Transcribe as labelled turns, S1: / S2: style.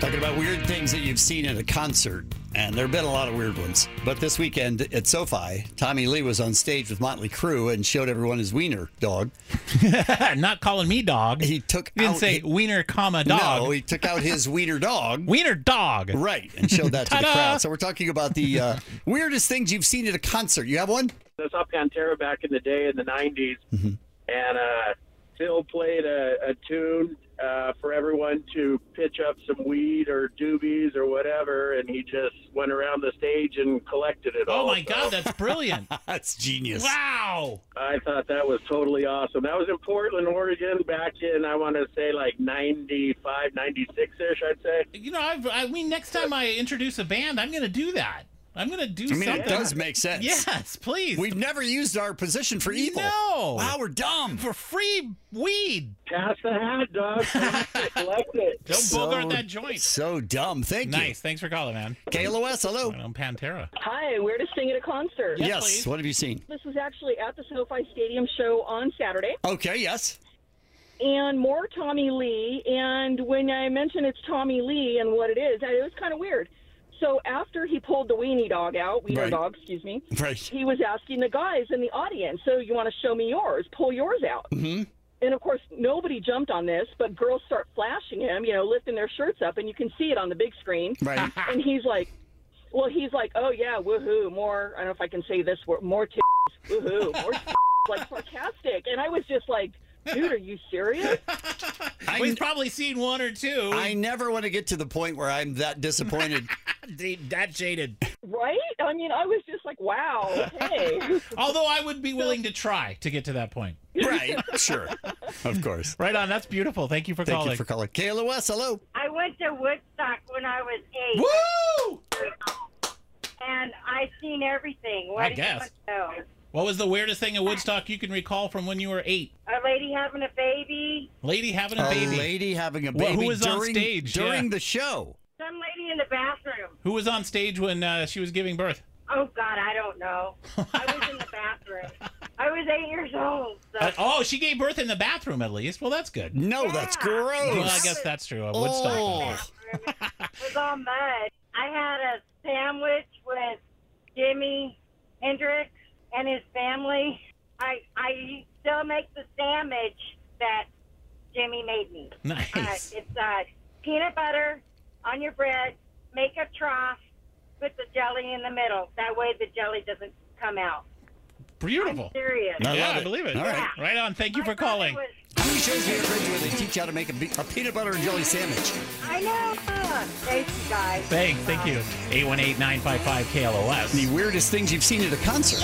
S1: Talking about weird things that you've seen at a concert, and there have been a lot of weird ones. But this weekend at SoFi, Tommy Lee was on stage with Motley Crue and showed everyone his wiener dog.
S2: Not calling me dog.
S1: He took
S2: You didn't
S1: out
S2: say
S1: his-
S2: wiener, comma dog.
S1: No, he took out his wiener dog.
S2: wiener dog.
S1: Right, and showed that to the
S2: Ta-da!
S1: crowd. So we're talking about the uh, weirdest things you've seen at a concert. You have one?
S3: I saw Pantera back in the day in the 90s, and uh, Phil played a, a tune uh, for everyone to pitch up some weed or doobies or whatever, and he just went around the stage and collected it
S2: Oh
S3: all.
S2: my
S3: So
S2: God, that's brilliant.
S1: That's genius.
S2: wow.
S3: I thought that was totally awesome. That was in Portland, Oregon, back in, I want to say, like 95, 96 ish, I'd say.
S2: You know, I've, I mean, next time I introduce a band, I'm going to do that. I'm going to do
S1: I mean,
S2: something.
S1: it does make sense.
S2: Yes, please.
S1: We've never used our position for evil.
S2: No.
S1: Wow, we're dumb.
S2: for free weed.
S3: Pass the hat, dog. Collect it.
S2: Don't
S1: So-
S2: bogart that joint.
S1: So dumb. Thank
S2: Nice. Thanks for calling, man.
S1: you. KLOS, hello.
S2: Right on Pantera.
S4: Hi, weirdest thing at a concert.
S1: Yes,
S2: please.
S1: what have you seen?
S4: This was actually at the SoFi Stadium show on Saturday,
S1: Okay, yes.
S4: and more Tommy Lee. And when I mentioned it's Tommy Lee and what it is, it was kind of weird. So after he pulled the weenie dog out, wiener
S1: Right.
S4: dog, excuse me,
S1: Right.
S4: he was asking the guys in the audience, "So you want to show me yours? Pull yours out." Mm-hmm. And of course, nobody jumped on this, but girls start flashing him, you know, lifting their shirts up, and you can see it on the big screen.
S1: Right.
S4: and he's like, well, he's like, oh yeah, woohoo, more. I don't know if I can say this word, more t- woohoo, more t- like sarcastic. And I was just like, dude, are you serious?
S1: I,
S2: We've probably seen one or two.
S1: I never want to get to the point where I'm that disappointed.
S2: Indeed, that jaded.
S4: Right? I mean, I was just like, wow, okay.
S2: Although I would be willing to try to get to that point.
S1: right. Sure. Of course.
S2: Right on. That's beautiful. Thank you for
S1: Thank
S2: calling.
S1: you for calling. KLOS, hello.
S5: I went to Woodstock when I was eight,
S2: Woo!
S5: and I seen everything. What
S2: I
S5: do
S2: guess.
S5: You want to know?
S2: What was the weirdest thing at Woodstock you can recall from when you were eight?
S5: A lady having a baby.
S2: Lady having a
S1: A
S2: baby.
S1: lady having a
S2: Well,
S1: baby
S2: who was on
S1: during,
S2: stage?
S1: during
S2: Yeah.
S1: the show.
S5: Some lady in the bathroom.
S2: Who was on stage when uh, she was giving birth?
S5: Oh God, I don't know. I was in the bathroom. I was eight years old. So.
S2: Uh, oh, she gave birth in the bathroom at least. Well, that's good.
S1: No, that's
S5: Yeah.
S1: gross.
S2: Ah. Well, I guess that's true. At Woodstock.
S1: Oh.
S5: bathroom. it was all mud. I had a sandwich with Jimi Hendrix and his family. I I still make the sandwich that Jimmy made me. Uh,
S2: Nice.
S5: it's uh, peanut butter on your bread. Make a trough. Put the jelly in the middle. That way the jelly doesn't come out.
S2: Beautiful.
S5: Serious.
S1: I
S2: yeah,
S1: love
S2: I
S1: it.
S2: believe it.
S1: All right.
S2: Right on. Thank you
S5: I
S2: for
S5: thought
S2: calling.
S5: it was-
S1: How many shows have you ever been to where they teach you how to make a, be- a peanut butter and jelly sandwich?
S5: I know. Thank you guys.
S2: Thanks. Thank you. 818 955 KLOS.
S1: The weirdest things you've seen at a concert.